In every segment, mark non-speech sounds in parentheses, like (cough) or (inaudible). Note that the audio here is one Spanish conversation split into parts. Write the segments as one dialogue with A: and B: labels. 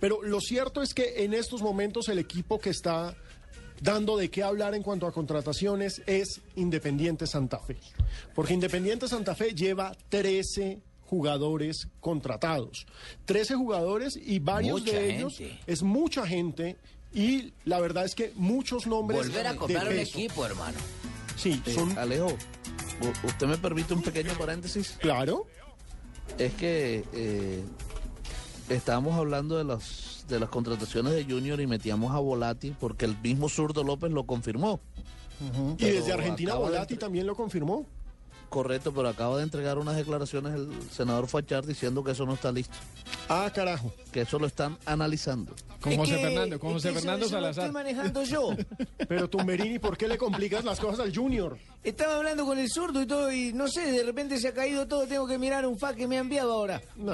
A: Pero lo cierto es que en estos momentos el equipo que está dando de qué hablar en cuanto a contrataciones es Independiente Santa Fe. Porque Independiente Santa Fe lleva 13 jugadores contratados. 13 jugadores y varios
B: Mucha
A: de ellos
B: gente.
A: es mucha gente y la verdad es que muchos nombres
B: Volver a
A: de
B: comprar un
A: peso.
B: equipo, hermano.
A: Sí,
C: Eh,
A: son
C: Alejo, u- ¿usted me permite un pequeño paréntesis?
A: claro.
C: Es que eh, estábamos hablando de las, de las contrataciones de Junior y metíamos a Volati porque el mismo zurdo López lo confirmó.
A: Y desde
C: Pero
A: Argentina
C: acaba de
A: Volati
C: entre-
A: también lo confirmó.
C: Correcto, pero acaba de entregar unas declaraciones el senador Fachar diciendo que eso no está listo,
A: Ah, carajo.
C: que eso lo están analizando.
D: Con
B: Es
D: José
B: que-
D: Fernando, con
B: es
D: José
B: que eso-
D: Fernando
B: eso lo
D: Salazar.
B: estoy manejando
D: (laughs)
B: yo.
A: Pero Tumberini, ¿por qué le complicas las cosas al Junior?
B: Estaba hablando con el zurdo y todo, y no sé, de repente se ha caído todo. Tengo que mirar un fax que me ha enviado ahora.
A: No.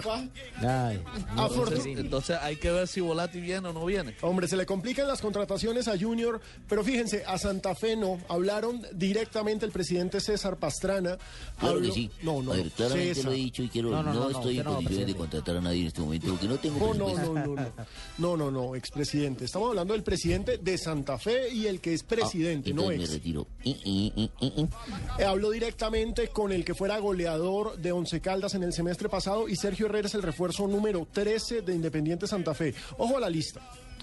A: Ah,
C: Entonces,
A: Afortun-
C: entonces hay que ver si Volati viene o no viene.
A: Hombre, se le complican las contrataciones a Junior, pero fíjense, a Santa Fe no. Hablaron directamente el presidente César Pastrana.
E: Claro
A: Habló-
E: que sí.
A: No, no,
E: A ver, claramente
A: César.
E: lo he dicho y quiero.
D: No,
E: No,
D: no, no, no,
E: estoy en
D: usted no va a
E: condiciones de
D: presidir.
E: contratar a nadie en este momento porque no tengo
A: Oh, no,
E: presupuesto.
A: no, no, no. No, no, no, expresidente. Estamos hablando del presidente de Santa Fe y el que es presidente, no
E: Ah, Entonces me
A: ex.
E: retiro. Y, y, y, y, y.
A: Eh, Habló directamente con el que fuera goleador de Once Caldas en el semestre pasado y Sergio Herrera es el refuerzo número 13 de Independiente Santa Fe. Ojo a la lista.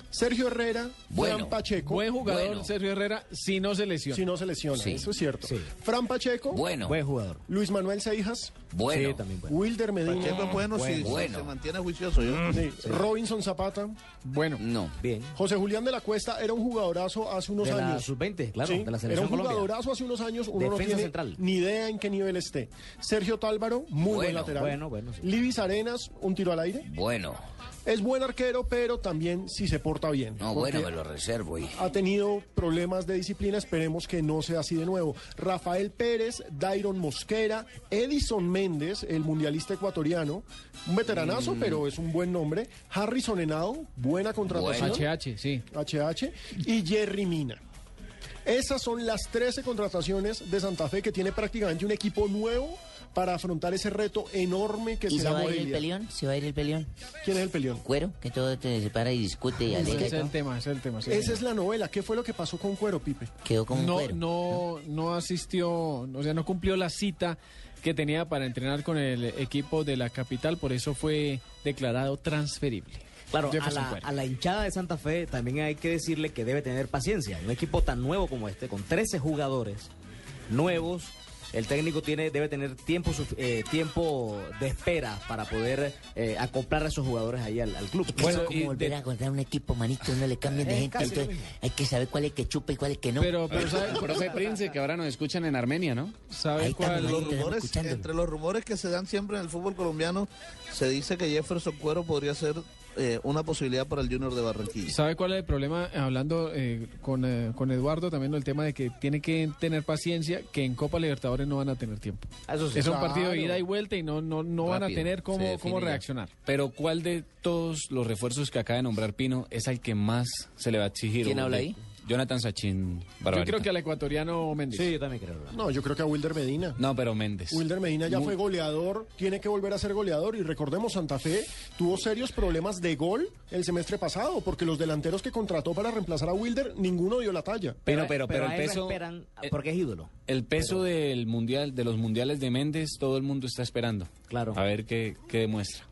A: Sergio Herrera,
E: Bueno,
A: Fran Pacheco,
D: Buen jugador
E: Bueno.
D: Sergio Herrera si no se lesiona.
A: si no se lesiona,
E: Sí.
A: eso es cierto. Fran Pacheco,
E: Bueno,
D: Buen jugador.
A: Luis Manuel Seijas,
E: bueno.
D: Sí, también bueno.
A: Wilder Medina,
C: Pacheco es bueno, si- si
E: bueno.
C: se mantiene juicioso. Yo.
A: sí, Robinson Zapata,
D: Bueno.
E: No.
F: Bien.
A: José Julián de la Cuesta era un jugadorazo hace unos
F: De la
A: años.
F: sub-20, claro,
A: Sí,
F: de la
A: era
F: selección
A: un
F: Colombia.
A: jugadorazo hace unos años, uno no
F: Defensa
A: tiene
F: central.
A: ni idea en qué nivel esté. Sergio Tálvaro, muy buen
E: Bueno,
A: lateral.
F: bueno, bueno, sí.
A: Libis Arenas, un tiro al aire.
E: Bueno.
A: Es buen arquero, pero también si se porta bien.
E: No,
A: porque
E: bueno, me lo reservo. Y...
A: Ha tenido problemas de disciplina, esperemos que no sea así de nuevo. Rafael Pérez, Dairon Mosquera, Edison Méndez, el mundialista ecuatoriano, un veteranazo, pero es un buen nombre. Harrison Henao, buena contratación.
D: HH, sí.
A: HH y Jerry Mina. Esas son las 13 contrataciones de Santa Fe que tiene prácticamente un equipo nuevo para afrontar ese reto enorme que
G: ¿Y se
A: será
G: va a ir el
A: Morelia.
G: peleón? ¿Se va a ir el peleón?
A: ¿Quién es el peleón?
G: ¿Cuero? Que todo te separa y discute y
D: Ese
G: alega y
D: es el
G: todo.
D: tema, ese es el tema. sí,
A: Esa
D: señor.
A: es la novela. ¿Qué fue lo que pasó con Cuero, Pipe?
G: Quedó como un
D: no,
G: cuero.
D: no, no asistió, o sea, no cumplió la cita que tenía para entrenar con el equipo de la capital, por eso fue declarado transferible.
F: Claro, a
D: Jefferson
F: la,
D: Cuero.
F: a la hinchada de Santa Fe también hay que decirle que debe tener paciencia. Un equipo tan nuevo como este, con 13 jugadores nuevos, el técnico tiene, debe tener tiempo, suf- eh, tiempo de espera para poder eh, acoplar a esos jugadores ahí al, al club.
D: Bueno,
G: Eso es
D: y
G: como volver
D: de-
G: a acordar un equipo, manito, no le cambian de
F: Es
G: gente,
F: casi lo
G: entonces hay que saber cuál es el que chupa y cuál es el que no.
D: Pero, (laughs) pero sabe, profe Prince, que ahora nos escuchan en Armenia, ¿no? ¿Sabe
G: Ahí
D: cuál?
G: estamos,
C: Los
G: ahí. Estamos
C: rumores,
G: escuchando.
C: entre los rumores que se dan siempre en el fútbol colombiano, se dice que Jefferson Cuero podría ser eh, una posibilidad para el Junior de Barranquilla.
D: ¿Sabe cuál es el problema? Hablando eh, con, eh, con Eduardo también el tema de que tiene que tener paciencia, que en Copa Libertadores no van a tener tiempo.
F: Eso sí.
D: es un
A: claro.
D: partido de ida y vuelta y no, no, no van a
H: Rápido,
D: tener
H: se
D: cómo,
H: define
D: cómo
H: ya.
D: reaccionar.
H: Pero ¿cuál de todos los refuerzos que acaba de nombrar Pino es al que más se le va a exigir?
B: ¿Quién
H: ¿O
B: habla
H: de-
B: ahí?
H: Jonathan Sachin
D: Yo
H: Barbarita.
D: creo que al ecuatoriano Méndez.
F: Sí, yo también creo.
A: No, yo creo que a Wilder Medina.
H: No, pero Méndez.
A: Wilder Medina ya fue goleador, tiene que volver a ser goleador y recordemos Santa Fe tuvo serios problemas de gol el semestre pasado porque los delanteros que contrató para reemplazar a Wilder ninguno dio la talla.
H: Pero, pero, pero,
F: a
H: el
F: él lo
H: peso...
F: esperan
H: eh,
F: porque es ídolo.
H: El peso del mundial, de los mundiales de Méndez, todo el mundo está esperando.
F: Claro.
H: A ver qué, qué demuestra.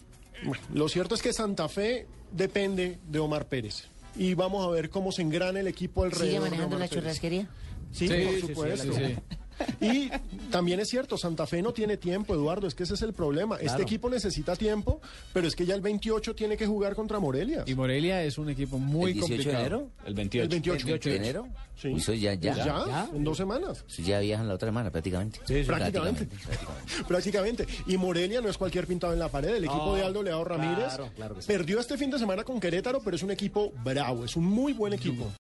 A: Bueno, lo cierto es que Santa Fe depende de Omar Pérez. Y vamos a ver cómo se engrana el equipo alrededor.
G: ¿Sigue
A: de
G: manejando
A: Omar
G: la
A: Pérez.
G: churrasquería?
A: Sí,
D: Sí, sí,
A: por
D: sí,
A: supuesto.
D: sí, sí.
A: Y también es cierto, Santa Fe no tiene tiempo, Eduardo, es que ese es el problema. Este equipo necesita tiempo, pero es que ya el 28 tiene que jugar contra Morelia.
D: Y Morelia es un equipo muy
E: ¿El 18
D: complicado.
E: de enero?
H: El
A: el
H: 28.
A: 28.
E: ¿De enero?
A: Sí. Pues
E: Uy, Eso ya, ya.
A: Ya, en dos semanas.
E: Eso ya viajan la otra semana prácticamente.
A: Prácticamente. (laughs) Prácticamente. Y Morelia no es cualquier pintado en la pared. El equipo de Aldo Leao Ramírez
F: Oh, claro, claro que sí.
A: perdió este fin de semana con Querétaro, pero es un equipo bravo, es un muy buen equipo.